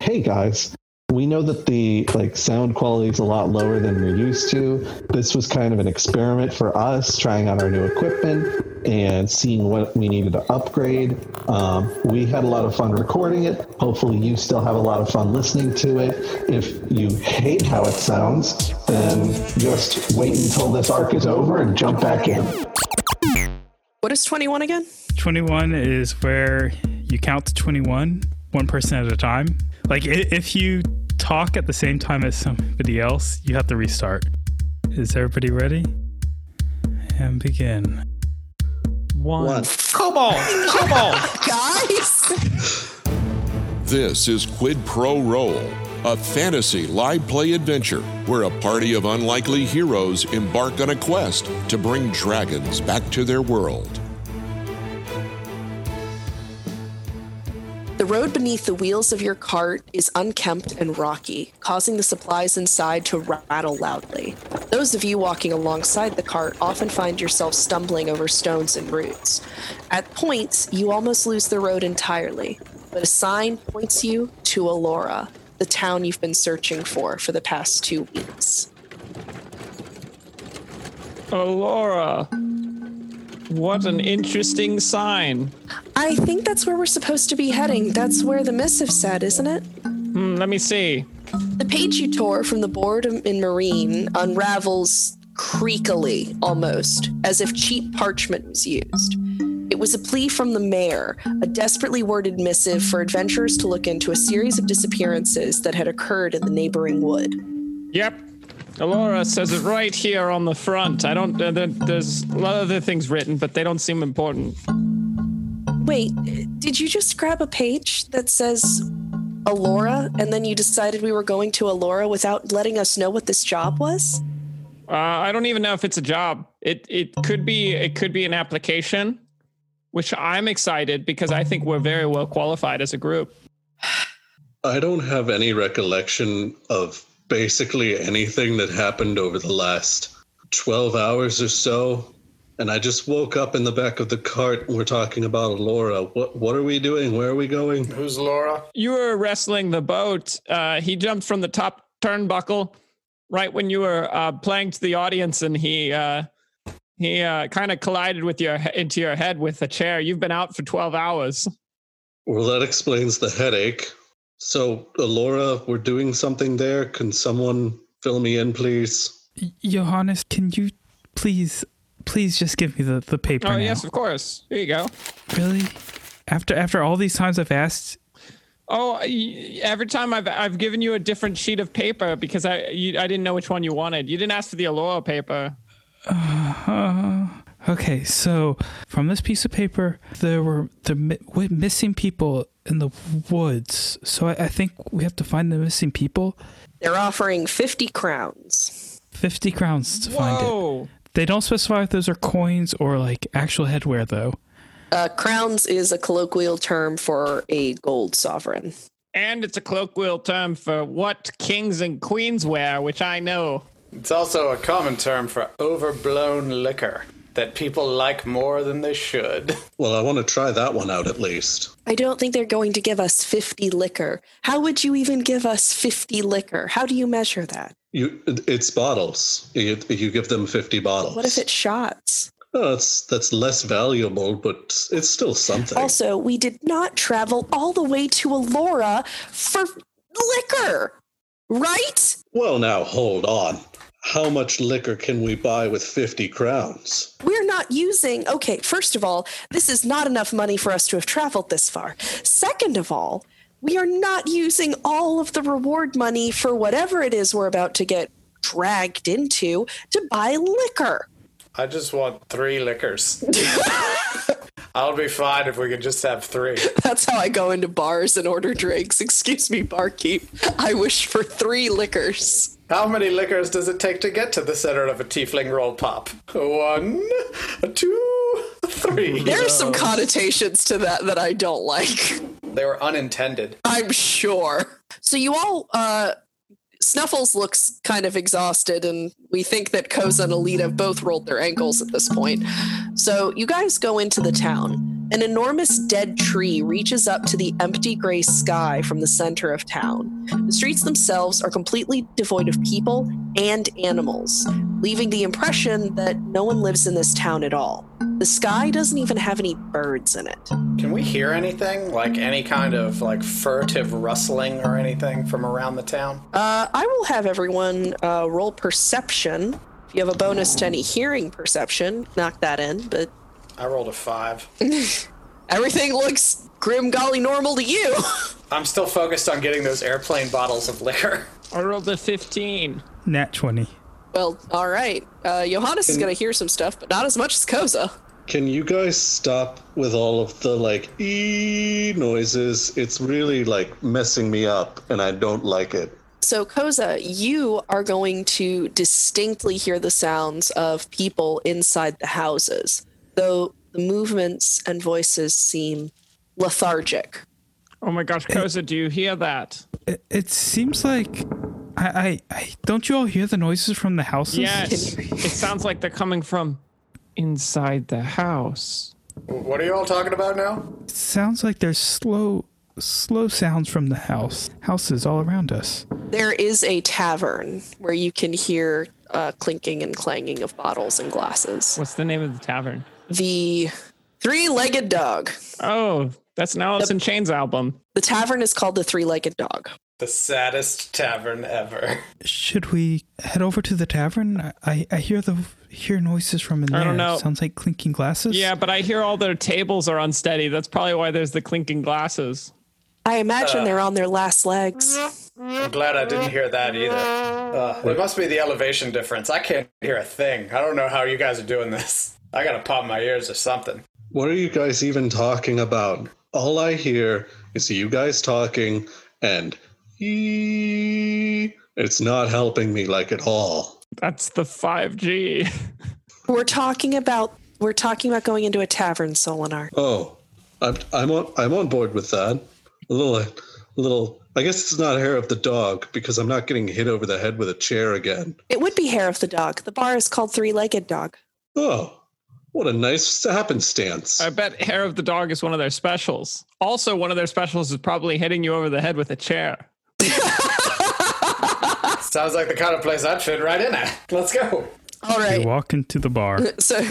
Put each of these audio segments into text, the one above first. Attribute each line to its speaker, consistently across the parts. Speaker 1: hey guys, we know that the like sound quality is a lot lower than we're used to. This was kind of an experiment for us trying out our new equipment and seeing what we needed to upgrade. Um, we had a lot of fun recording it. Hopefully, you still have a lot of fun listening to it. If you hate how it sounds, then just wait until this arc is over and jump back in.
Speaker 2: What is 21 again?
Speaker 3: 21 is where you count to 21 one person at a time. Like i- if you talk at the same time as somebody else, you have to restart. Is everybody ready? And begin. One.
Speaker 4: Cobalt! Cobalt!
Speaker 2: Guys!
Speaker 5: This is Quid Pro Roll, a fantasy live play adventure where a party of unlikely heroes embark on a quest to bring dragons back to their world.
Speaker 2: The road beneath the wheels of your cart is unkempt and rocky, causing the supplies inside to rattle loudly. Those of you walking alongside the cart often find yourself stumbling over stones and roots. At points, you almost lose the road entirely, but a sign points you to Alora, the town you've been searching for for the past two weeks.
Speaker 4: Oh, Laura! What an interesting sign.
Speaker 2: I think that's where we're supposed to be heading. That's where the missive said, isn't it?
Speaker 4: Hmm, Let me see.
Speaker 2: The page you tore from the board in Marine unravels creakily, almost, as if cheap parchment was used. It was a plea from the mayor, a desperately worded missive for adventurers to look into a series of disappearances that had occurred in the neighboring wood.
Speaker 4: Yep. Alora says it right here on the front. I don't. Uh, there, there's a lot of other things written, but they don't seem important.
Speaker 2: Wait, did you just grab a page that says Alora and then you decided we were going to Alora without letting us know what this job was?
Speaker 4: Uh, I don't even know if it's a job. It it could be it could be an application, which I'm excited because I think we're very well qualified as a group.
Speaker 6: I don't have any recollection of basically anything that happened over the last 12 hours or so. And I just woke up in the back of the cart and we're talking about Laura. What what are we doing? Where are we going?
Speaker 7: Who's Laura?
Speaker 4: You were wrestling the boat. Uh, he jumped from the top turnbuckle right when you were uh, playing to the audience, and he uh, he uh, kind of collided with your into your head with a chair. You've been out for 12 hours.
Speaker 6: Well, that explains the headache. So, uh, Laura, we're doing something there. Can someone fill me in, please?
Speaker 3: Johannes, can you please, please just give me the, the paper
Speaker 4: Oh
Speaker 3: now?
Speaker 4: yes, of course. Here you go.
Speaker 3: Really? After after all these times I've asked,
Speaker 4: Oh, y- every time I've I've given you a different sheet of paper because I you, I didn't know which one you wanted. You didn't ask for the Alora paper.
Speaker 3: Uh, okay, so from this piece of paper, there were the mi- wi- missing people in the woods. So I, I think we have to find the missing people.
Speaker 2: They're offering 50 crowns.
Speaker 3: 50 crowns to find it.
Speaker 4: Whoa!
Speaker 3: They don't specify if those are coins or like actual headwear, though.
Speaker 2: Uh, crowns is a colloquial term for a gold sovereign.
Speaker 4: And it's a colloquial term for what kings and queens wear, which I know.
Speaker 7: It's also a common term for overblown liquor that people like more than they should.
Speaker 6: Well, I want to try that one out at least.
Speaker 2: I don't think they're going to give us 50 liquor. How would you even give us 50 liquor? How do you measure that?
Speaker 6: You, it's bottles. You, you give them fifty bottles.
Speaker 2: What if it's shots?
Speaker 6: Oh, that's that's less valuable, but it's still something.
Speaker 2: Also, we did not travel all the way to Alora for liquor, right?
Speaker 6: well, now hold on. How much liquor can we buy with fifty crowns?
Speaker 2: We're not using. Okay, first of all, this is not enough money for us to have traveled this far. Second of all, we are not using all of the reward money for whatever it is we're about to get dragged into to buy liquor.
Speaker 7: I just want three liquors. I'll be fine if we can just have three.
Speaker 2: That's how I go into bars and order drinks. Excuse me, barkeep. I wish for three liquors.
Speaker 7: How many liquors does it take to get to the center of a tiefling roll pop? One, two, three.
Speaker 2: There are some connotations to that that I don't like.
Speaker 7: They were unintended.
Speaker 2: I'm sure. So you all, uh, Snuffles looks kind of exhausted, and we think that Koza and Alita both rolled their ankles at this point. So you guys go into the town. An enormous dead tree reaches up to the empty gray sky from the center of town. The streets themselves are completely devoid of people and animals, leaving the impression that no one lives in this town at all. The sky doesn't even have any birds in it.
Speaker 7: Can we hear anything? Like any kind of like furtive rustling or anything from around the town?
Speaker 2: Uh, I will have everyone uh, roll perception. If you have a bonus to any hearing perception, knock that in. But
Speaker 7: I rolled a five.
Speaker 2: everything looks grim, golly, normal to you.
Speaker 7: I'm still focused on getting those airplane bottles of liquor.
Speaker 4: I rolled a 15.
Speaker 3: Nat 20.
Speaker 2: well, all right. Uh, Johannes is going to hear some stuff, but not as much as Koza.
Speaker 6: Can you guys stop with all of the like e noises? It's really like messing me up, and I don't like it.
Speaker 2: So, Koza, you are going to distinctly hear the sounds of people inside the houses, though the movements and voices seem lethargic.
Speaker 4: Oh my gosh, Koza, do you hear that?
Speaker 3: It, it seems like. I, I, I. Don't you all hear the noises from the houses?
Speaker 4: Yes. it sounds like they're coming from inside the house.
Speaker 7: What are you all talking about now?
Speaker 3: Sounds like there's slow, slow sounds from the house, houses all around us.
Speaker 2: There is a tavern where you can hear uh, clinking and clanging of bottles and glasses.
Speaker 4: What's the name of the tavern?
Speaker 2: The Three Legged Dog.
Speaker 4: Oh, that's an Alice in Chains album.
Speaker 2: The tavern is called the Three Legged Dog.
Speaker 7: The saddest tavern ever.
Speaker 3: Should we head over to the tavern? I, I hear the hear noises from in there.
Speaker 4: I don't know.
Speaker 3: Sounds like clinking glasses.
Speaker 4: Yeah, but I hear all their tables are unsteady. That's probably why there's the clinking glasses.
Speaker 2: I imagine they're on their last legs.
Speaker 7: I'm glad I didn't hear that either. Uh, it must be the elevation difference. I can't hear a thing. I don't know how you guys are doing this. I gotta pop my ears or something.
Speaker 6: What are you guys even talking about? All I hear is you guys talking and e. It's not helping me like at all.
Speaker 4: That's the 5G.
Speaker 2: We're talking about we're talking about going into a tavern, Solinar.
Speaker 6: Oh, I'm I'm on I'm on board with that. A little, a little. I guess it's not hair of the dog because I'm not getting hit over the head with a chair again.
Speaker 2: It would be hair of the dog. The bar is called Three Legged Dog.
Speaker 6: Oh, what a nice happenstance!
Speaker 4: I bet Hair of the Dog is one of their specials. Also, one of their specials is probably hitting you over the head with a chair.
Speaker 7: Sounds like the kind of place I'd fit right in at. Let's go.
Speaker 2: All
Speaker 3: We
Speaker 2: right.
Speaker 3: walk into the bar.
Speaker 4: Uh,
Speaker 2: So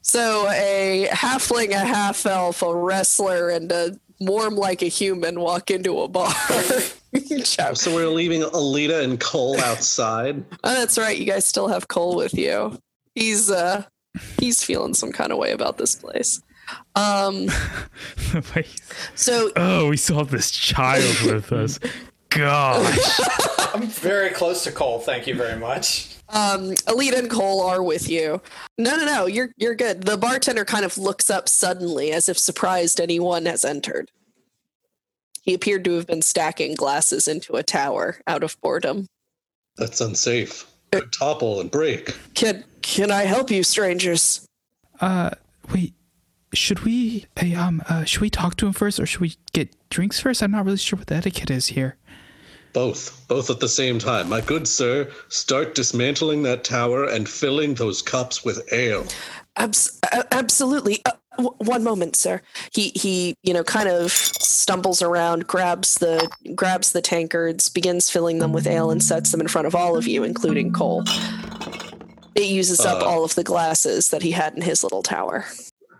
Speaker 2: so a halfling, a half elf, a wrestler, and a warm like a human walk into a bar. Chow.
Speaker 6: so we're leaving Alita and Cole outside.
Speaker 2: Oh, that's right. You guys still have Cole with you. He's uh he's feeling some kind of way about this place. Um so
Speaker 3: oh, we saw this child with us. Gosh.
Speaker 7: I'm very close to Cole. Thank you very much.
Speaker 2: um Alita and Cole are with you. No no no, you're you're good. The bartender kind of looks up suddenly as if surprised anyone has entered. He appeared to have been stacking glasses into a tower out of boredom.
Speaker 6: That's unsafe. Could topple and break.
Speaker 2: Can can I help you, strangers?
Speaker 3: Uh, wait. Should we? Hey, um, uh, should we talk to him first, or should we get drinks first? I'm not really sure what the etiquette is here.
Speaker 6: Both, both at the same time. My good sir, start dismantling that tower and filling those cups with ale.
Speaker 2: Abs- a- absolutely. Uh, w- one moment, sir. He he, you know, kind of stumbles around, grabs the grabs the tankards, begins filling them with ale, and sets them in front of all of you, including Cole. It uses up all of the glasses that he had in his little tower.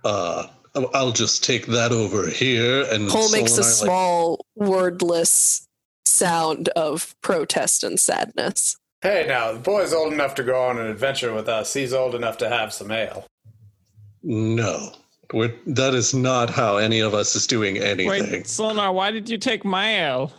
Speaker 6: Uh, I'll- I'll just take that over here and.
Speaker 2: Cole makes a
Speaker 6: Solinar, like,
Speaker 2: small, wordless sound of protest and sadness.
Speaker 7: Hey, now, the boy's old enough to go on an adventure with us. He's old enough to have some ale.
Speaker 6: no, we're, that is not how any of us is doing
Speaker 4: Wait,
Speaker 6: anything.
Speaker 4: Solinar, why did you take my ale?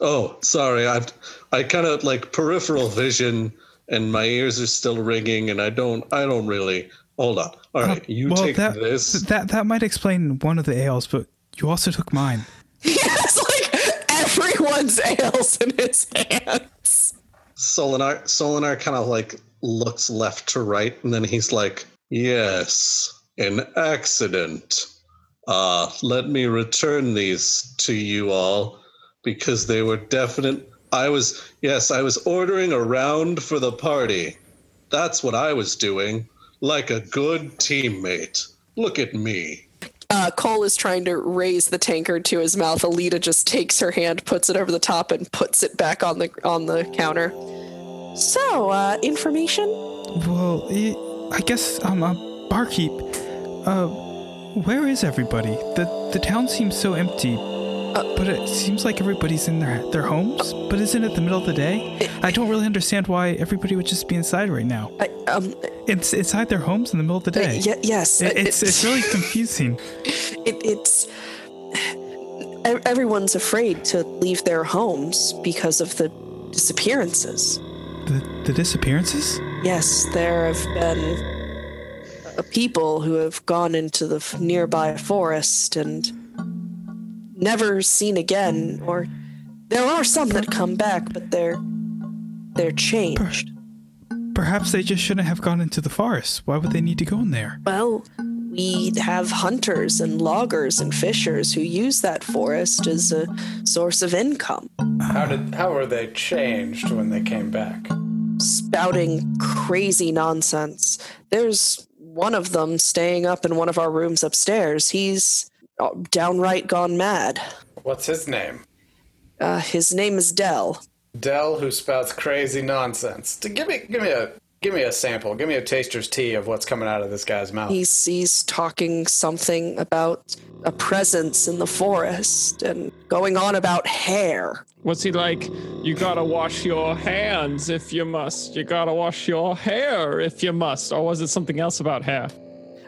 Speaker 6: Oh, sorry. I've I kind of like peripheral vision, and my ears are still ringing, and I don't I don't really hold on. All right, Uh, you
Speaker 3: Uh, well,
Speaker 6: take
Speaker 3: that,
Speaker 6: this.
Speaker 3: That that might explain one of the ales, but you also took mine.
Speaker 2: it's like everyone's ales in his hands.
Speaker 6: Solinar Solinar kind of like looks left to right, and then he's like, "Yes, an accident. Uh, let me return these to you all because they were definite. I was yes, I was ordering a round for the party. That's what I was doing, like a good teammate. Look at me."
Speaker 2: Uh, Cole is trying to raise the tankard to his mouth. Alita just takes her hand, puts it over the top, and puts it back on the on the counter. So, uh, information?
Speaker 3: Well, it, I guess I'm a barkeep. Uh, where is everybody? The the town seems so empty. uh, but it seems like everybody's in their their homes. But isn't it the middle of the day? I don't really understand why everybody would just be inside right now.
Speaker 2: I, um,
Speaker 3: It's inside their homes in the middle of the
Speaker 2: uh,
Speaker 3: day.
Speaker 2: ye- yes.
Speaker 3: It- it's it's really confusing.
Speaker 2: it, it's ev- everyone's afraid to leave their homes because of the disappearances.
Speaker 3: The the disappearances.
Speaker 2: Yes, there have been uh, people who have gone into the f- nearby forest and never seen again. Or there are some that come back, but they're they're changed.
Speaker 3: Perhaps they just shouldn't have gone into the forest. Why would they need to go in there?
Speaker 2: Well, we have hunters and loggers and fishers who use that forest as a source of income.
Speaker 7: How did how were they changed when they came back?
Speaker 2: spouting crazy nonsense. There's one of them staying up in one of our rooms upstairs. He's uh, downright gone mad.
Speaker 7: What's his name?
Speaker 2: Uh, his name is Dell.
Speaker 7: Dell, who spouts crazy nonsense. D- Give me give me a give me a sample. Give me a taster's tea of what's coming out of this guy's mouth.
Speaker 2: He's he's talking something about a presence in the forest and going on about hair.
Speaker 4: What's he like? You gotta wash your hands if you must. You gotta wash your hair if you must. Or was it something else about hair?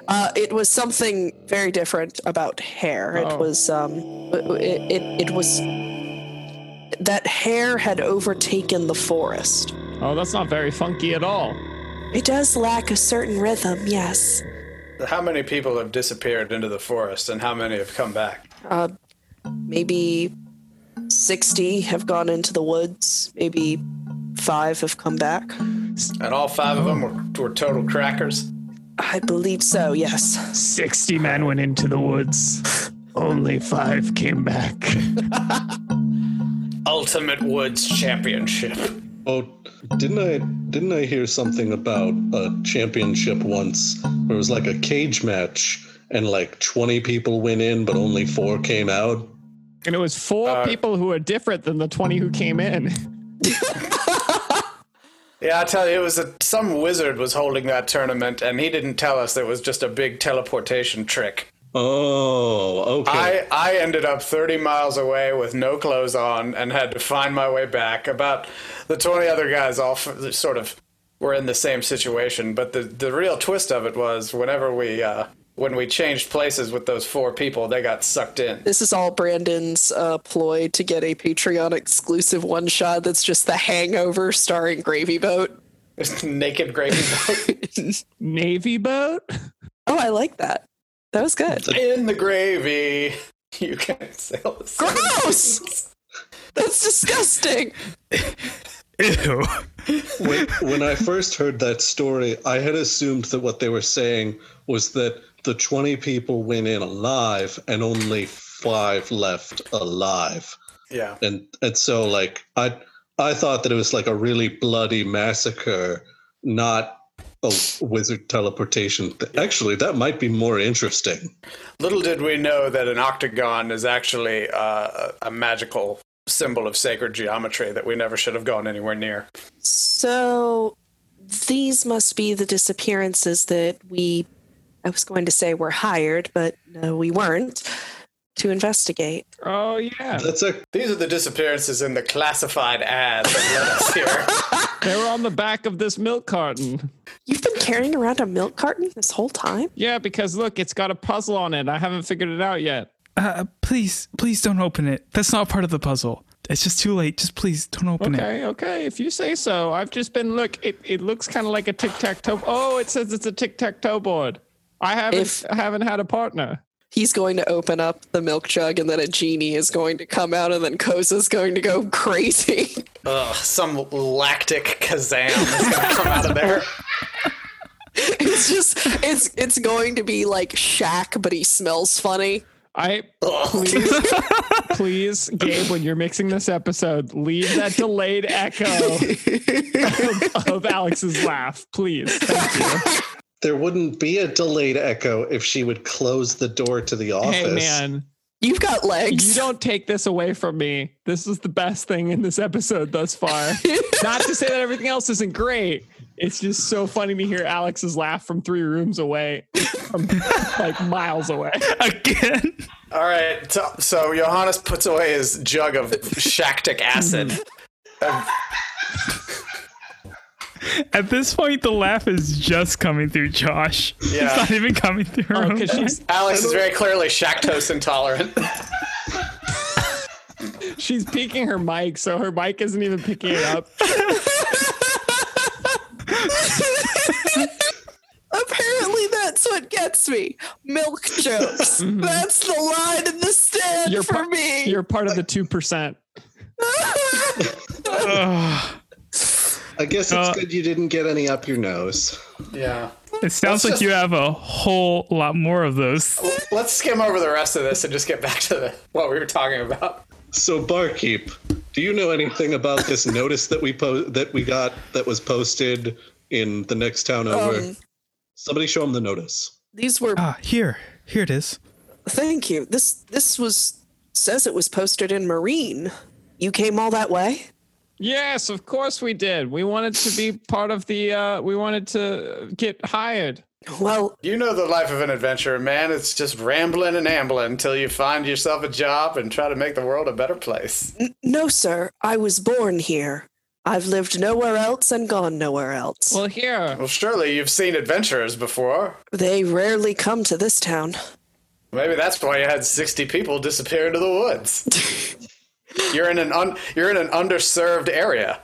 Speaker 2: Uh, it was something very different about hair.
Speaker 4: Oh.
Speaker 2: It was um, it, it it was that hair had overtaken the forest.
Speaker 4: Oh, that's not very funky at all.
Speaker 2: It does lack a certain rhythm, yes.
Speaker 7: How many people have disappeared into the forest and how many have come back?
Speaker 2: Maybe 60 have gone into the woods. Maybe five have come back.
Speaker 7: And all five of them were, were total crackers.
Speaker 2: I believe so, yes.
Speaker 4: 60 men went into the woods. Only five came back.
Speaker 7: Ultimate Woods Championship.
Speaker 6: Oh, didn't I didn't I hear something about a championship once where it was like a cage match and like 20 people went in but only 4 came out?
Speaker 4: And it was four
Speaker 7: Uh,
Speaker 4: people who were different than the 20 who came in.
Speaker 7: Yeah, I tell you, it was a, some wizard was holding that tournament, and he didn't tell us that it was just a big teleportation trick.
Speaker 6: Oh, okay.
Speaker 7: I, I ended up 30 miles away with no clothes on and had to find my way back. About the 20 other guys all f- sort of were in the same situation, but the, the real twist of it was whenever we uh, when we changed places with those four people, they got sucked in.
Speaker 2: This is all Brandon's uh, ploy to get a Patreon exclusive one shot that's just the hangover starring Gravy Boat.
Speaker 7: Naked gravy boat.
Speaker 4: Navy boat?
Speaker 2: Oh, I like that. That was good.
Speaker 7: in the gravy. You can't sail the sea.
Speaker 2: Gross! That's disgusting.
Speaker 3: Ew.
Speaker 6: when, when I first heard that story, I had assumed that what they were saying was that the 20 people went in alive and only 5 left alive.
Speaker 7: Yeah.
Speaker 6: and and so like i i thought that it was like a really bloody massacre not a wizard teleportation th- actually that might be more interesting
Speaker 7: Little did we know that an octagon is actually uh, a magical symbol of sacred geometry that we never should have gone anywhere near.
Speaker 2: So these must be the disappearances that we I was going to say were hired, but no, we weren't to investigate.
Speaker 4: Oh, yeah.
Speaker 6: that's a
Speaker 7: These are the disappearances in the classified ad that led us here.
Speaker 4: They were on the back of this milk carton.
Speaker 2: You've been carrying around a milk carton this whole time?
Speaker 4: Yeah, because look, it's got a puzzle on it. I haven't figured it out yet.
Speaker 3: Uh, please, please don't open it. That's not part of the puzzle. It's just too late. Just please don't open it.
Speaker 4: Okay, okay. If you say so, I've just been look. It, it looks kind of like a tic tac toe. Oh, it says it's a tic tac toe board. I haven't
Speaker 2: If-
Speaker 4: I haven't had a partner.
Speaker 2: He's going to open up the milk jug and then a genie is going to come out and then Kosa's going to go crazy.
Speaker 7: Ugh, some lactic kazam is going to come out of there.
Speaker 2: it's just it's it's going to be like Shaq, but he smells funny.
Speaker 4: I please, please, Gabe, when you're mixing this episode, leave that delayed echo of, of Alex's laugh, please. Thank you.
Speaker 6: There wouldn't be a delayed echo if she would close the door to the office.
Speaker 4: Hey, man,
Speaker 2: You've got legs.
Speaker 4: you don't take this away from me. This is the best thing in this episode thus far. Not to say that everything else isn't great. It's just so funny to hear Alex's laugh from three rooms away, from like miles away.
Speaker 3: Again.
Speaker 7: All right. So, so Johannes puts away his jug of shactic acid.
Speaker 3: At this point, the laugh is just coming through Josh.
Speaker 7: Yeah.
Speaker 3: It's not even coming through. her
Speaker 4: Oh,
Speaker 3: own
Speaker 4: 'cause she's
Speaker 7: Alex is very clearly lactose intolerant.
Speaker 4: she's peeking her mic, so her mic isn't even picking it up.
Speaker 2: Apparently, that's what gets me. Milk jokes. That's the line in the stand
Speaker 4: You're
Speaker 2: for
Speaker 4: par-
Speaker 2: me.
Speaker 4: You're part of the two percent.
Speaker 3: Ugh.
Speaker 6: I guess it's
Speaker 3: Uh,
Speaker 6: good you didn't get any up your nose.
Speaker 7: yeah.
Speaker 3: It sounds like you have a whole lot more of those.
Speaker 7: Let's skim over the rest of this and just get back to the, what we were talking about.
Speaker 6: So barkeep, do you know anything about this notice that we po- that we got that was posted in the next town over?
Speaker 2: Um,
Speaker 6: Somebody show him the notice.
Speaker 2: These were.
Speaker 3: Ah, here. Here it is.
Speaker 2: Thank you. This this was says it was posted in Marine. You came all that way.
Speaker 4: Yes, of course we did. We wanted to be part of the. Uh, we wanted to get hired.
Speaker 2: Well,
Speaker 7: You know the life of an adventurer, man. It's just rambling and ambling until you find yourself a job and try to make the world a better place.
Speaker 2: no, sir. I was born here. I've lived nowhere else and gone nowhere else.
Speaker 4: Well, here.
Speaker 7: Well, surely you've seen adventurers before.
Speaker 2: they rarely come to this town.
Speaker 7: Maybe that's why you had 60 people disappear into the woods. you're in an un, you're in an underserved area.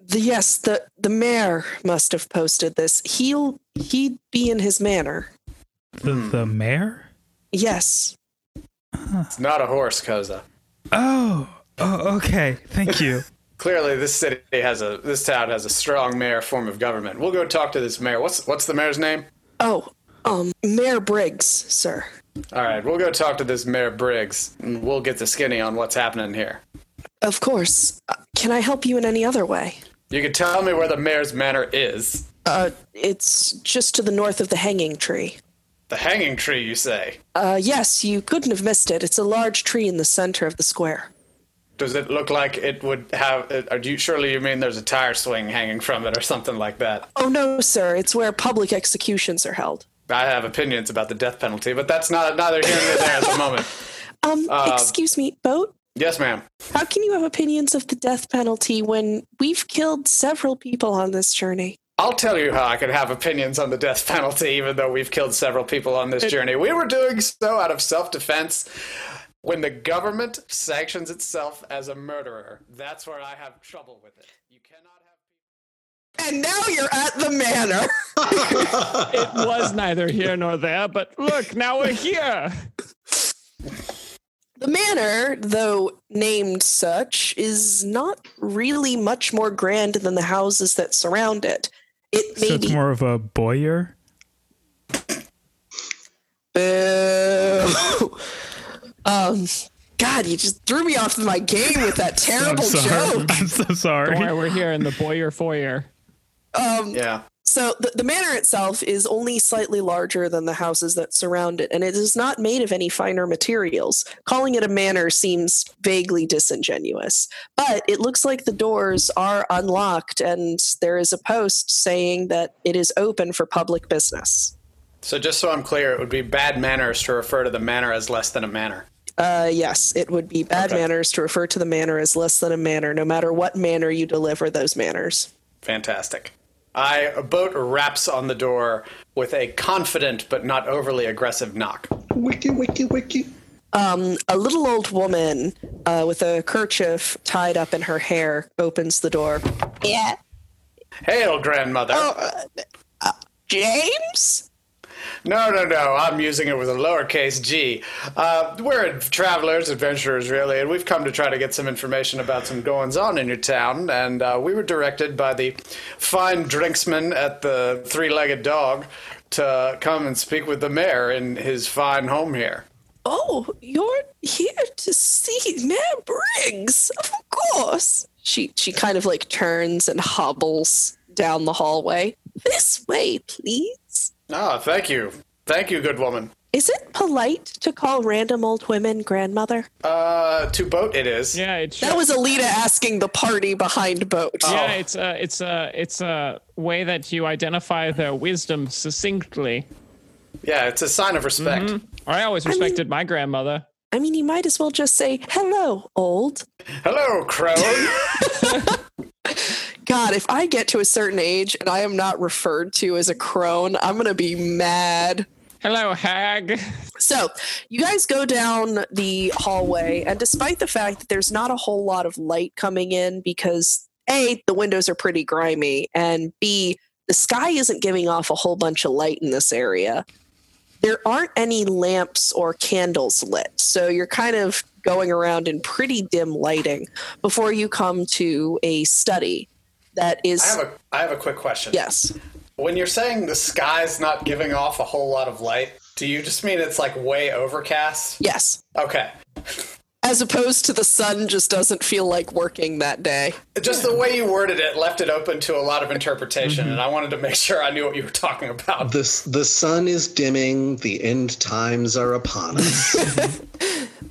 Speaker 2: The, yes, the the mayor must have posted this. He'll he'd be in his manor.
Speaker 3: The, the mayor?
Speaker 2: Yes.
Speaker 7: It's not a horse, Koza.
Speaker 3: Oh. Oh, okay. Thank you.
Speaker 7: Clearly, this city has a this town has a strong mayor form of government. We'll go talk to this mayor. What's what's the mayor's name?
Speaker 2: Oh, um, Mayor Briggs, sir.
Speaker 7: All right, we'll go talk to this mayor Briggs, and we'll get the skinny on what's happening here.
Speaker 2: Of course. Uh, can I help you in any other way?
Speaker 7: You can tell me where the mayor's manor is.
Speaker 2: Uh, it's just to the north of the hanging tree.
Speaker 7: The hanging tree, you say?
Speaker 2: Uh, yes, you couldn't have missed it. It's a large tree in the center of the square.
Speaker 7: Does it look like it would have? it- Are you surely you mean there's a tire swing hanging from it or something like that?
Speaker 2: Oh no, sir, it's where public executions are held.
Speaker 7: I have opinions about the death penalty, but that's not neither here nor there at the moment.
Speaker 2: Um, excuse me, boat?
Speaker 7: Yes, ma'am.
Speaker 2: How can you have opinions of the death penalty when we've killed several people on this journey?
Speaker 7: I'll tell you how I can have opinions on the death penalty, even though we've killed several people on this journey. We were doing so out of self defense. When the government sanctions itself as a murderer, that's where I have trouble with it. You cannot have.
Speaker 2: And now you're at the manor.
Speaker 4: It was neither here nor there, but look, now we're here.
Speaker 2: The manor, though named such, is not really much more grand than the houses that surround it. It
Speaker 3: So
Speaker 2: may
Speaker 3: it's
Speaker 2: be
Speaker 3: more of a boyer?
Speaker 2: Boo. um, God, you just threw me off my game with that
Speaker 3: I'm
Speaker 2: terrible
Speaker 3: sorry.
Speaker 2: joke.
Speaker 3: I'm so sorry.
Speaker 4: Why we're here in the Boyer foyer.
Speaker 2: Um,
Speaker 7: Yeah.
Speaker 2: So the, the manor itself is only slightly larger than the houses that surround it, and it is not made of any finer materials. Calling it a manor seems vaguely disingenuous, but it looks like the doors are unlocked, and there is a post saying that it is open for public business.
Speaker 7: So, just so I'm clear, it would be bad manners to refer to the manor as less than a manor.
Speaker 2: Uh, yes, it would be bad manners to refer to the manor as less than a manor, no matter what manner you deliver those manners.
Speaker 7: Fantastic. I a boat raps on the door with a confident but not overly aggressive knock.
Speaker 6: Wiki, wiki, wiki.
Speaker 2: A little old woman uh, with a kerchief tied up in her hair opens the door. Yeah,
Speaker 7: Hail, grandmother!
Speaker 2: James?
Speaker 7: No, no, no. I'm using it with a lowercase g. Uh, we're travelers, adventurers, really, and we've come to try to get some information about some goings on in your town. And uh, we were directed by the fine drinksman at the Three Legged Dog to come and speak with the mayor in his fine home here.
Speaker 2: Oh, you're here to see Mayor Briggs, of course. She she kind of like turns and hobbles down the hallway. This way, please.
Speaker 7: Ah, thank you. Thank you, good woman.
Speaker 2: Is it polite to call random old women grandmother?
Speaker 7: Uh, to boat it is.
Speaker 4: Yeah, it's
Speaker 2: That was Alita asking the party behind boat.
Speaker 4: yeah, it's a it's a it's a way that you identify their wisdom succinctly.
Speaker 7: Yeah, it's a sign of respect.
Speaker 4: I always respected my grandmother.
Speaker 2: I mean, you might as well just say, hello, old.
Speaker 7: Hello, crone.
Speaker 2: God, if I get to a certain age and I am not referred to as a crone, I'm going to be mad.
Speaker 4: Hello, hag.
Speaker 2: So, you guys go down the hallway, and despite the fact that there's not a whole lot of light coming in because A, the windows are pretty grimy, and B, the sky isn't giving off a whole bunch of light in this area, there aren't any lamps or candles lit. So, you're kind of going around in pretty dim lighting before you come to a study that is.
Speaker 7: I have a I have a quick question.
Speaker 2: yes.
Speaker 7: When you're saying the sky's not giving off a whole lot of light, do you just mean it's like way overcast?
Speaker 2: Yes.
Speaker 7: Okay.
Speaker 2: As opposed to the sun just doesn't feel like working that day.
Speaker 7: Just the way you worded it left it open to a lot of interpretation, and I wanted to make sure I knew what you were talking about.
Speaker 6: The, s- the sun is dimming, the end times are upon us.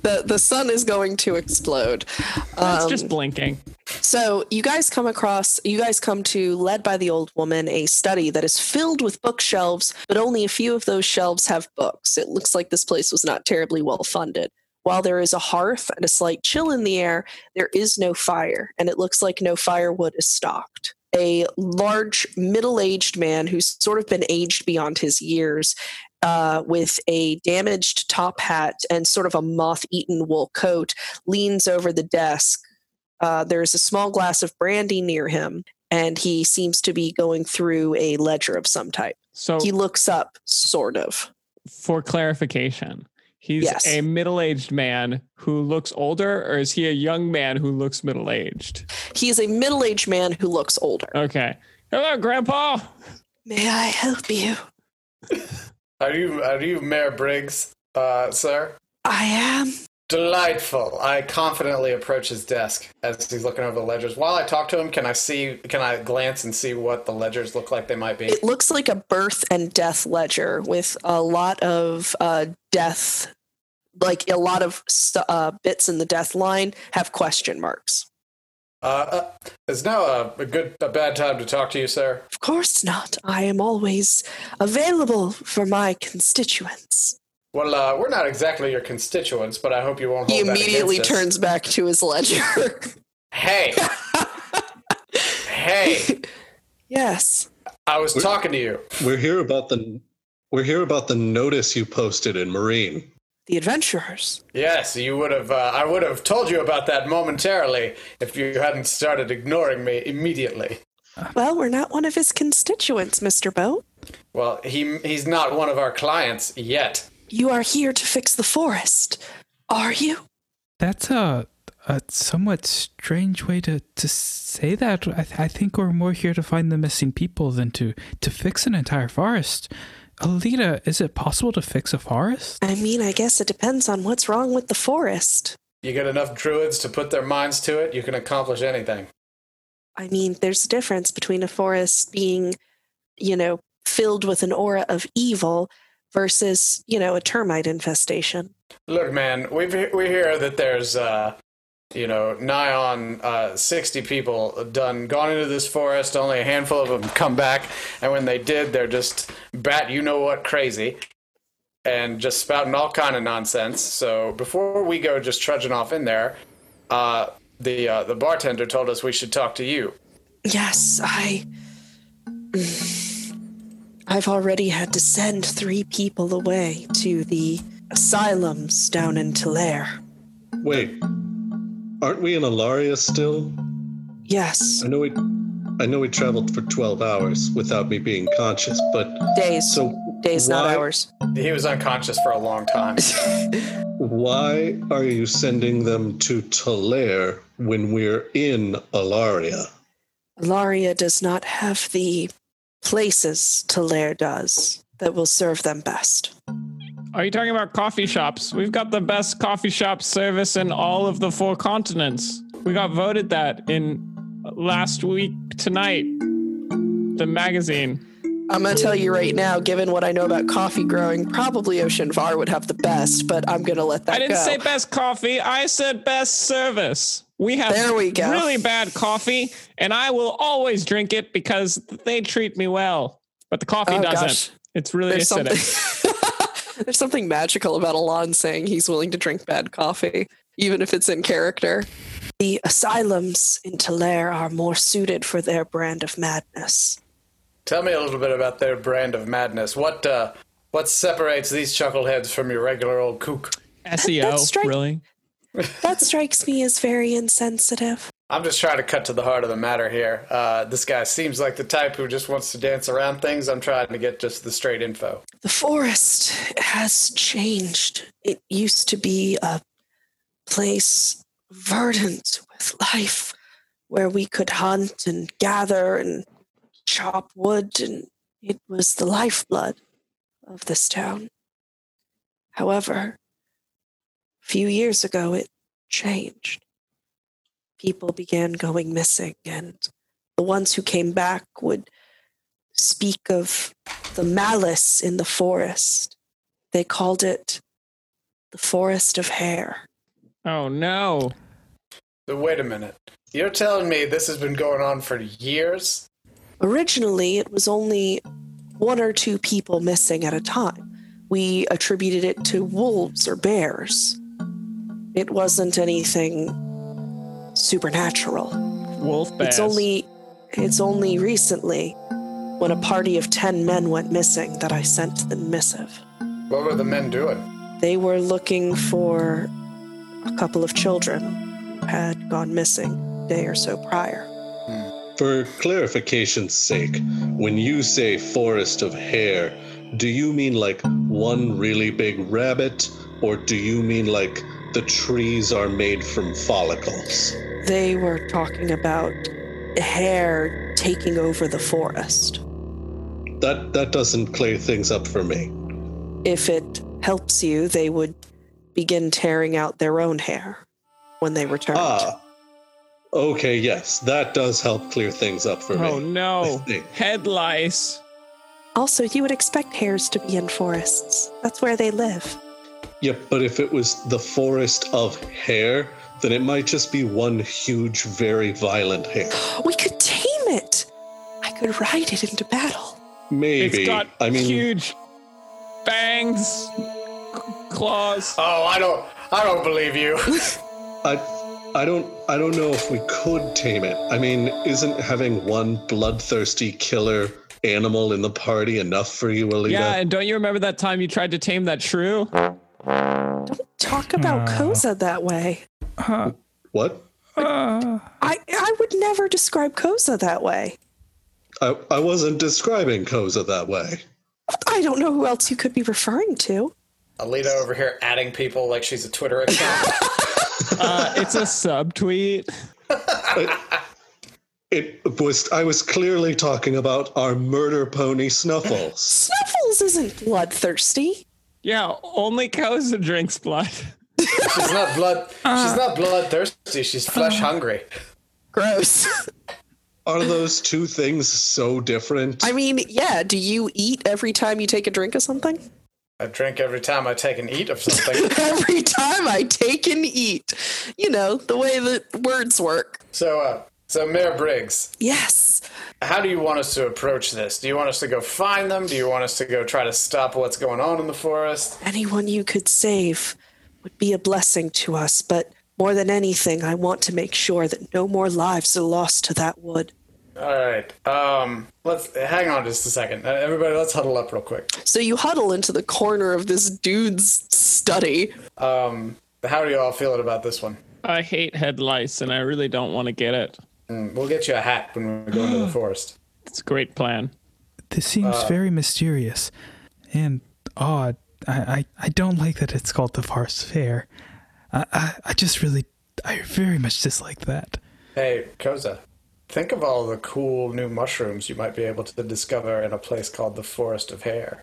Speaker 2: the the sun is going to explode.
Speaker 4: it's
Speaker 2: Um,
Speaker 4: just blinking.
Speaker 2: So you guys come across you guys come to led by the old woman a study that is filled with bookshelves, but only a few of those shelves have books. It looks like this place was not terribly well funded. While there is a hearth and a slight chill in the air, there is no fire, and it looks like no firewood is stocked. A large middle aged man who's sort of been aged beyond his years uh, with a damaged top hat and sort of a moth eaten wool coat, leans over the desk. Uh, there's a small glass of brandy near him, and he seems to be going through a ledger of some type.
Speaker 4: So
Speaker 2: He looks up, sort of.
Speaker 4: for clarification, he's
Speaker 2: Yes.
Speaker 4: a middle-aged man who looks older, or is he a young man who looks middle-aged?
Speaker 2: He is a middle aged man who looks older.
Speaker 4: Okay. Hello, Grandpa.
Speaker 2: May I help you?
Speaker 7: Are you are you Mayor Briggs, uh, sir?
Speaker 2: I am.
Speaker 7: Delightful. I confidently approach his desk as he's looking over the ledgers. While I talk to him, can I see? Can I glance and see what the ledgers look like? They might be.
Speaker 2: It looks like a birth and death ledger with a lot of uh, death, like a lot of st- uh, bits in the death line have question marks.
Speaker 7: Uh, uh, is now a, a good, a bad time to talk to you, sir?
Speaker 2: Of course not. I am always available for my constituents.
Speaker 7: Well, uh, we're not exactly your constituents, but I hope you won't.
Speaker 2: He
Speaker 7: hold that
Speaker 2: immediately
Speaker 7: against us.
Speaker 2: turns back to his ledger.
Speaker 7: Hey, hey!
Speaker 2: yes.
Speaker 7: I was talking to you.
Speaker 6: we're here about the we're here about the notice you posted in Marine.
Speaker 2: The adventurers.
Speaker 7: Yes, you would have. Uh, I would have told you about that momentarily if you hadn't started ignoring me immediately.
Speaker 2: Well, we're not one of his constituents, Mr. Boat.
Speaker 7: Well, he he's not one of our clients yet.
Speaker 2: You are here to fix the forest. Are you?
Speaker 3: That's a, a somewhat strange way to, to say that. I, th- I think we're more here to find the missing people than to, to fix an entire forest. Alita, is it possible to fix a forest?
Speaker 2: I mean, I guess it depends on what's wrong with the forest.
Speaker 7: You get enough druids to put their minds to it, you can accomplish anything.
Speaker 2: I mean, there's a difference between a forest being, you know, filled with an aura of evil versus, you know, a termite infestation.
Speaker 7: Look, man, we we hear that there's uh, you know nigh on uh, sixty people done gone into this forest. Only a handful of them come back, and when they did, they're just bat you know what crazy, and just spouting all kind of nonsense. So before we go just trudging off in there, uh, the uh, the bartender told us we should talk to you.
Speaker 2: Yes, I. I've already had to send three people away to the asylums down in Tulare.
Speaker 6: Wait, aren't we in Alaria still?
Speaker 2: Yes,
Speaker 6: I know we I know we traveled for twelve hours without me being conscious, but
Speaker 2: days.
Speaker 6: so
Speaker 2: days, not
Speaker 6: why-
Speaker 2: hours.
Speaker 7: He was unconscious for a long time.
Speaker 6: Why are you sending them to Talair when we're in Alaria?
Speaker 2: Laria does not have the places Tulare does that will serve them best.
Speaker 4: Are you talking about coffee shops? We've got the best coffee shop service in all of the four continents. We got voted that in last week tonight, the magazine.
Speaker 2: I'm gonna tell you right now, given what I know about coffee growing, probably Ocean Var would have the best, but I'm gonna let that
Speaker 4: I didn't
Speaker 2: go.
Speaker 4: say best coffee. I said best service. We have
Speaker 2: There we go.
Speaker 4: really bad coffee, and I will always drink it because they treat me well. But the coffee
Speaker 2: Oh,
Speaker 4: doesn't.
Speaker 2: gosh.
Speaker 4: It's really
Speaker 2: There's
Speaker 4: acidic.
Speaker 2: something. There's something magical about Alon saying he's willing to drink bad coffee, even if it's in character. The asylums in Talair are more suited for their brand of madness.
Speaker 7: Tell me a little bit about their brand of madness. What uh, what separates these chuckleheads from your regular old kook?
Speaker 4: SEO,
Speaker 2: strike-
Speaker 4: really?
Speaker 2: That strikes me as very insensitive.
Speaker 7: I'm just trying to cut to the heart of the matter here. Uh, this guy seems like the type who just wants to dance around things. I'm trying to get just the straight info.
Speaker 2: The forest has changed. It used to be a place verdant with life where we could hunt and gather and chop wood, and it was the lifeblood of this town. However, a few years ago it changed. People began going missing, and the ones who came back would speak of the malice in the forest. They called it the forest of hair.
Speaker 4: Oh no.
Speaker 7: But wait a minute. You're telling me this has been going on for years?
Speaker 2: Originally, it was only one or two people missing at a time. We attributed it to wolves or bears. It wasn't anything supernatural.
Speaker 4: Wolf bass.
Speaker 2: It's only it's only recently when a party of 10 men went missing that I sent the missive.
Speaker 7: What were the men doing?
Speaker 2: They were looking for a couple of children who had gone missing a day or so prior.
Speaker 6: For clarification's sake, when you say forest of hair, do you mean like one really big rabbit, or do you mean like the trees are made from follicles?
Speaker 2: They were talking about hair taking over the forest.
Speaker 6: That that doesn't clear things up for me.
Speaker 2: If it helps you, they would begin tearing out their own hair when they returned.
Speaker 6: Ah. Okay, yes, that does help clear things up for
Speaker 4: Oh
Speaker 6: me.
Speaker 4: no.
Speaker 6: I think.
Speaker 4: Head lice.
Speaker 2: Also, you would expect hares to be in forests. That's where they live.
Speaker 6: Yep, but if it was the forest of hair, then it might just be one huge, very violent hair.
Speaker 2: We could tame it. I could ride it into battle.
Speaker 6: Maybe.
Speaker 4: It's got
Speaker 6: I mean,
Speaker 4: huge fangs, claws.
Speaker 7: Oh, I don't I don't believe you.
Speaker 6: I, I don't, I don't know if we could tame it. I mean, isn't having one bloodthirsty killer animal in the party enough for you, Alita?
Speaker 4: Yeah, and don't you remember that time you tried to tame that shrew?
Speaker 2: Talk about Koza that way.
Speaker 6: What?
Speaker 2: I, I would never describe Koza that way.
Speaker 6: I, I wasn't describing Koza that way.
Speaker 2: I don't know who else you could be referring to.
Speaker 7: Alita over here adding people like she's a Twitter account.
Speaker 4: Uh, it's a subtweet.
Speaker 6: It was. I was clearly talking about our murder pony Snuffles.
Speaker 2: Snuffles isn't bloodthirsty.
Speaker 4: Yeah, only Koza drinks blood.
Speaker 7: she's not blood she's not bloodthirsty, she's flesh hungry.
Speaker 2: Gross.
Speaker 6: Are those two things so different?
Speaker 2: I mean, yeah, do you eat every time you take a drink of something?
Speaker 7: I drink every time I take an eat of something.
Speaker 2: Every time I take and eat. You know, the way that words work.
Speaker 7: so uh so Mayor Briggs,
Speaker 2: Yes.
Speaker 7: how do you want us to approach this? Do you want us to go find them? Do you want us to go try to stop what's going on in the forest?
Speaker 2: Anyone you could save would be a blessing to us, but more than anything, I want to make sure that no more lives are lost to that wood.
Speaker 7: All right. Um let's hang on just a second. Uh, everybody let's huddle up real quick.
Speaker 2: So you huddle into the corner of this dude's study.
Speaker 7: Um how are you all feeling about this one?
Speaker 4: I hate head lice, and I really don't want to get it.
Speaker 7: We'll get you a hat when we go into the forest.
Speaker 4: It's a great plan.
Speaker 3: This seems very mysterious and odd. I, I, I don't like that it's called the Farce Fair. I, I, I just really, I very much dislike that.
Speaker 7: Hey, Koza, think of all the cool new mushrooms you might be able to discover in a place called the Forest of Hair.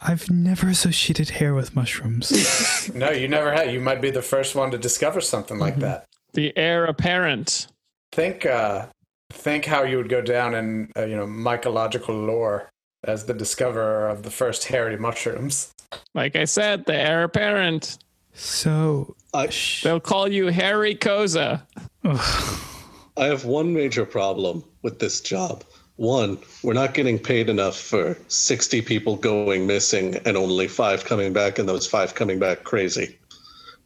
Speaker 3: I've never associated hair with mushrooms.
Speaker 7: No, you never had. You might be the first one to discover something like that.
Speaker 4: The heir apparent.
Speaker 7: Think, uh, think how you would go down in uh, you know mycological lore as the discoverer of the first hairy mushrooms.
Speaker 4: Like I said, the heir apparent.
Speaker 3: So,
Speaker 6: I,
Speaker 4: They'll call you Harry Koza.
Speaker 6: I have one major problem with this job. One, we're not getting paid enough for 60 people going missing and only five coming back, and those five coming back crazy.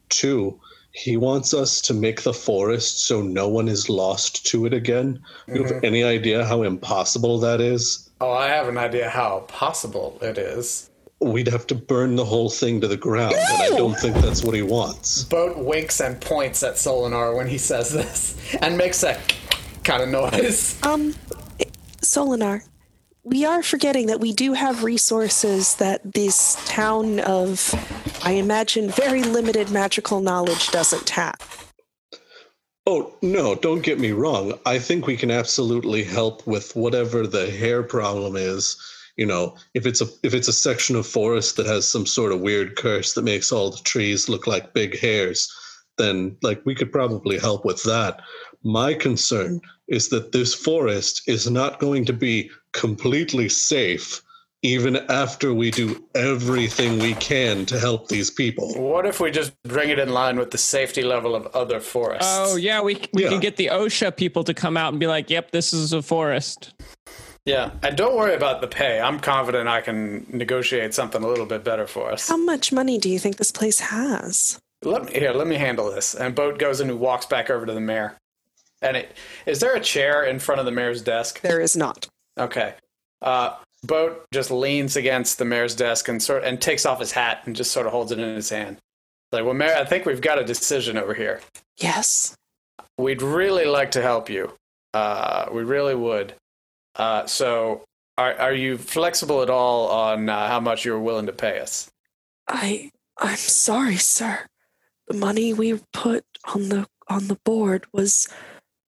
Speaker 6: Two, he wants us to make the forest so no one is lost to it again. You have any idea how impossible that is?
Speaker 7: Oh, I have an idea how possible it is.
Speaker 6: We'd have to burn the whole thing to the ground, and I don't think that's what he wants.
Speaker 7: Boat winks and points at Solinar when he says this and makes a kind of noise.
Speaker 8: Um, Solinar, we are forgetting that we do have resources that this town of, I imagine, very limited magical knowledge doesn't have.
Speaker 6: Oh, no, don't get me wrong. I think we can absolutely help with whatever the hair problem is. You know, if it's a if it's a section of forest that has some sort of weird curse that makes all the trees look like big hairs, then like we could probably help with that. My concern is that this forest is not going to be completely safe even after we do everything we can to help these people.
Speaker 7: What if we just bring it in line with the safety level of other forests?
Speaker 4: Oh yeah, we we
Speaker 6: Yeah.
Speaker 4: can get the OSHA people to come out and be like, "Yep, this is a forest."
Speaker 7: yeah. And don't worry about the pay. I'm confident I can negotiate something a little bit better for us.
Speaker 8: How much money do you think this place has?
Speaker 7: Let me, here, let me handle this. And Boat goes and walks back over to the mayor. And it, is there a chair in front of the mayor's desk?
Speaker 8: There is not.
Speaker 7: Okay. Uh, Boat just leans against the mayor's desk and sort and takes off his hat and just sort of holds it in his hand. Like, well, Mayor, I think we've got a decision over here.
Speaker 8: Yes.
Speaker 7: We'd really like to help you. Uh, we really would. Uh, so, are are you flexible at all on uh, how much you're willing to pay us?
Speaker 8: I I'm sorry, sir. The money we put on the on the board was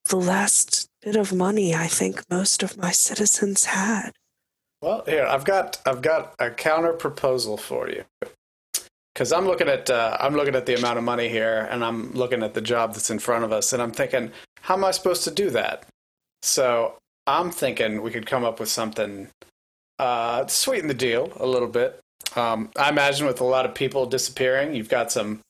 Speaker 8: the last bit of money I think most of my citizens had.
Speaker 7: Well, here I've got I've got a counter proposal for you. Because I'm looking at uh, I'm looking at the amount of money here, and I'm looking at the job that's in front of us, and I'm thinking, how am I supposed to do that? So I'm thinking we could come up with something uh, to sweeten the deal a little bit. Um, I imagine with a lot of people disappearing, you've got some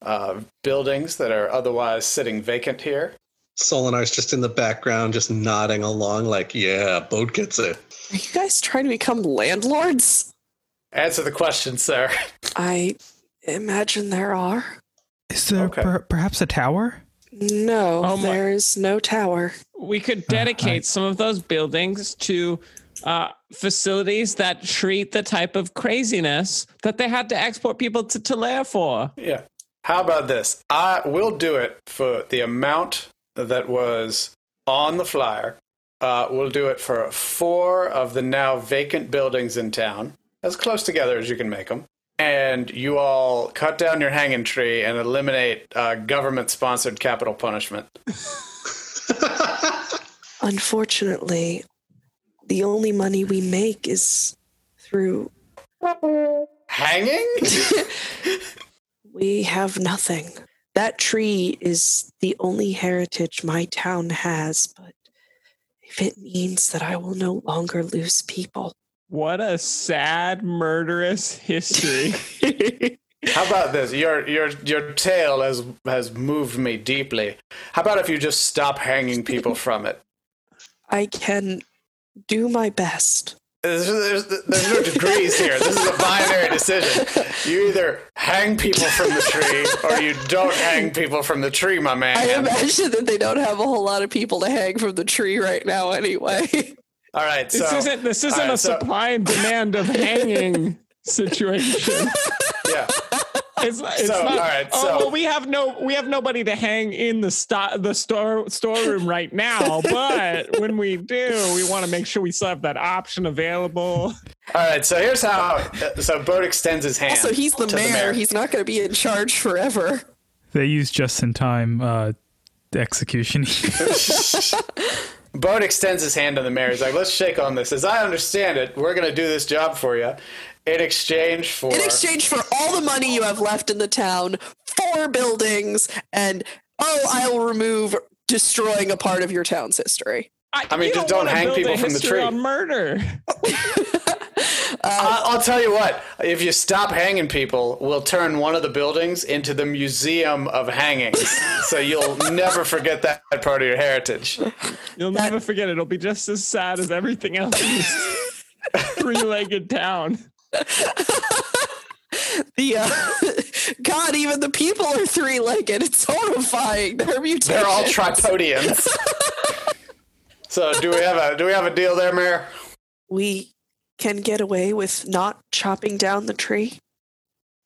Speaker 7: uh, buildings that are otherwise sitting vacant here.
Speaker 6: Solinar's just in the background, just nodding along, like, yeah, boat gets it.
Speaker 8: Are you guys trying to become landlords?
Speaker 7: Answer the question, sir.
Speaker 8: I imagine there are.
Speaker 3: is there
Speaker 7: Okay.
Speaker 3: per- perhaps a tower?
Speaker 8: No,
Speaker 4: Oh my-
Speaker 8: there is no tower.
Speaker 4: We
Speaker 7: Uh,
Speaker 4: could dedicate some of those buildings to uh, facilities that treat the type of craziness that they had to export people to Tulare for.
Speaker 7: Yeah. How about this? I will do it for the amount that was on the flyer. Uh, we'll do it for four of the now vacant buildings in town, as close together as you can make them. And you all cut down your hanging tree and eliminate uh, government sponsored capital punishment.
Speaker 8: Unfortunately, the only money we make is through
Speaker 7: Hanging?
Speaker 8: we have nothing. That tree is the only heritage my town has, but if it means that I will no longer lose people.
Speaker 4: What a sad, murderous history.
Speaker 7: How about this? Your your your tale has has moved me deeply. How about if you just stop hanging people from it?
Speaker 8: I can do my best.
Speaker 7: There's, there's, there's no degrees here. This is a binary decision. You either hang people from the tree or you don't hang people from the tree, my man.
Speaker 8: imagine that they don't have a whole lot of people to hang from the tree right now anyway.
Speaker 7: All right, so
Speaker 4: this isn't this isn't
Speaker 7: all right,
Speaker 4: a
Speaker 7: so-
Speaker 4: supply and demand of hanging situation.
Speaker 7: yeah,
Speaker 4: It's, it's
Speaker 7: So,
Speaker 4: not,
Speaker 7: all right,
Speaker 4: oh,
Speaker 7: so-
Speaker 4: well, we have no, we have nobody to hang in the sto- the store storeroom right now. But when we do, we want to make sure we still have that option available.
Speaker 7: all right. So here's how. So Boat extends his hand.
Speaker 8: Also, he's the
Speaker 7: to
Speaker 8: mayor. He's not going to be in charge forever.
Speaker 3: They use just in time uh, execution.
Speaker 7: Boat extends his hand to the mayor. He's like, "Let's shake on this." As I understand it, we're going to do this job for you in exchange for
Speaker 8: In exchange for all the money you have left in the town, four buildings, and oh, I'll remove destroying a part of your town's history.
Speaker 7: I mean,
Speaker 4: you
Speaker 7: just don't
Speaker 4: wanna
Speaker 7: hang
Speaker 4: build
Speaker 7: people
Speaker 4: a
Speaker 7: from the
Speaker 4: history
Speaker 7: tree.
Speaker 4: on murder.
Speaker 7: I- I'll tell you what. If you stop hanging people, we'll turn one of the buildings into the Museum of Hangings. so you'll never forget that part of your heritage.
Speaker 4: You'll never forget it. It'll be just as sad as everything else. in this Three-legged town.
Speaker 8: The uh, God, even the people are three-legged. It's horrifying. They're mutations.
Speaker 7: They're all tripodians. so do we have a do we have a deal there, Mayor?
Speaker 8: we can get away with not chopping down the tree.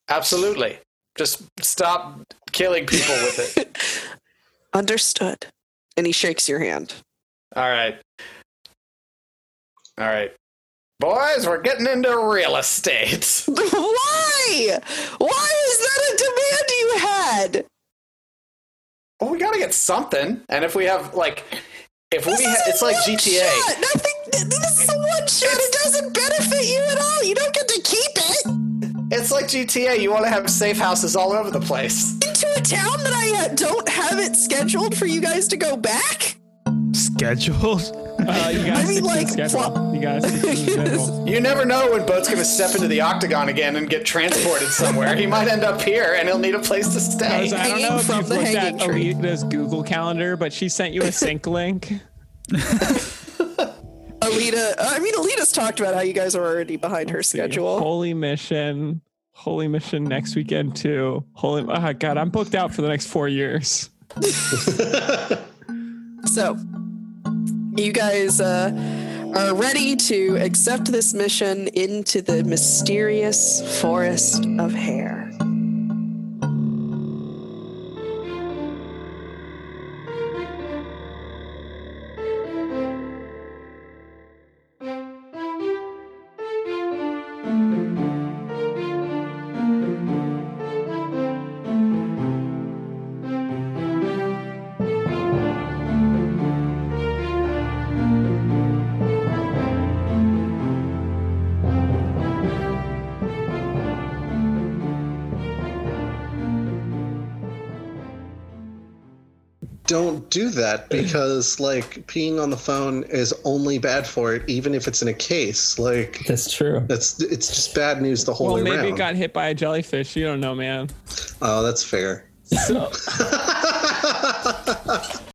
Speaker 7: Absolutely. Just stop killing people with it.
Speaker 8: Understood. And he shakes your hand.
Speaker 7: All right. All right. Boys, we're getting into real estate.
Speaker 8: Why? Why is that a demand you had?
Speaker 7: Well, we gotta get something. And if we have like, if we,
Speaker 8: This
Speaker 7: ha-
Speaker 8: is a
Speaker 7: it's like
Speaker 8: one
Speaker 7: GTA.
Speaker 8: Shot. Nothing. This is a one shot. It doesn't benefit you at all. You don't get to keep it
Speaker 7: It's like GTA. You want to have safe houses all over the place.
Speaker 8: into a town that I uh, don't have it scheduled for you guys to go back.
Speaker 3: Scheduled?
Speaker 4: Uh, you guys
Speaker 8: I mean, like,
Speaker 4: schedule. You guys stick to the schedule.
Speaker 7: You never know when Boat's gonna step into the octagon again and get transported somewhere. he might end up here, and he'll need a place to stay.
Speaker 4: Guys, I don't
Speaker 8: Hanging
Speaker 4: know if
Speaker 8: from
Speaker 4: you've
Speaker 8: the
Speaker 4: looked
Speaker 8: hanging
Speaker 4: at
Speaker 8: tree.
Speaker 4: Alita's Google calendar, but she sent you a sync link.
Speaker 8: Alita. I mean, Alita's talked about how you guys are already behind her schedule.
Speaker 4: Holy mission. Holy mission next weekend too. Holy oh god, I'm booked out for the next four years.
Speaker 8: So, you guys uh, are ready to accept this mission into the mysterious forest of hair.
Speaker 1: Don't do that because, like, peeing on the phone is only bad for it, even if it's in a case. Like,
Speaker 9: That's true.
Speaker 1: that's it's just bad news the whole
Speaker 4: well,
Speaker 1: way
Speaker 4: maybe
Speaker 1: around.
Speaker 4: it got hit by a jellyfish. You don't know, man.
Speaker 1: oh, that's fair.
Speaker 9: So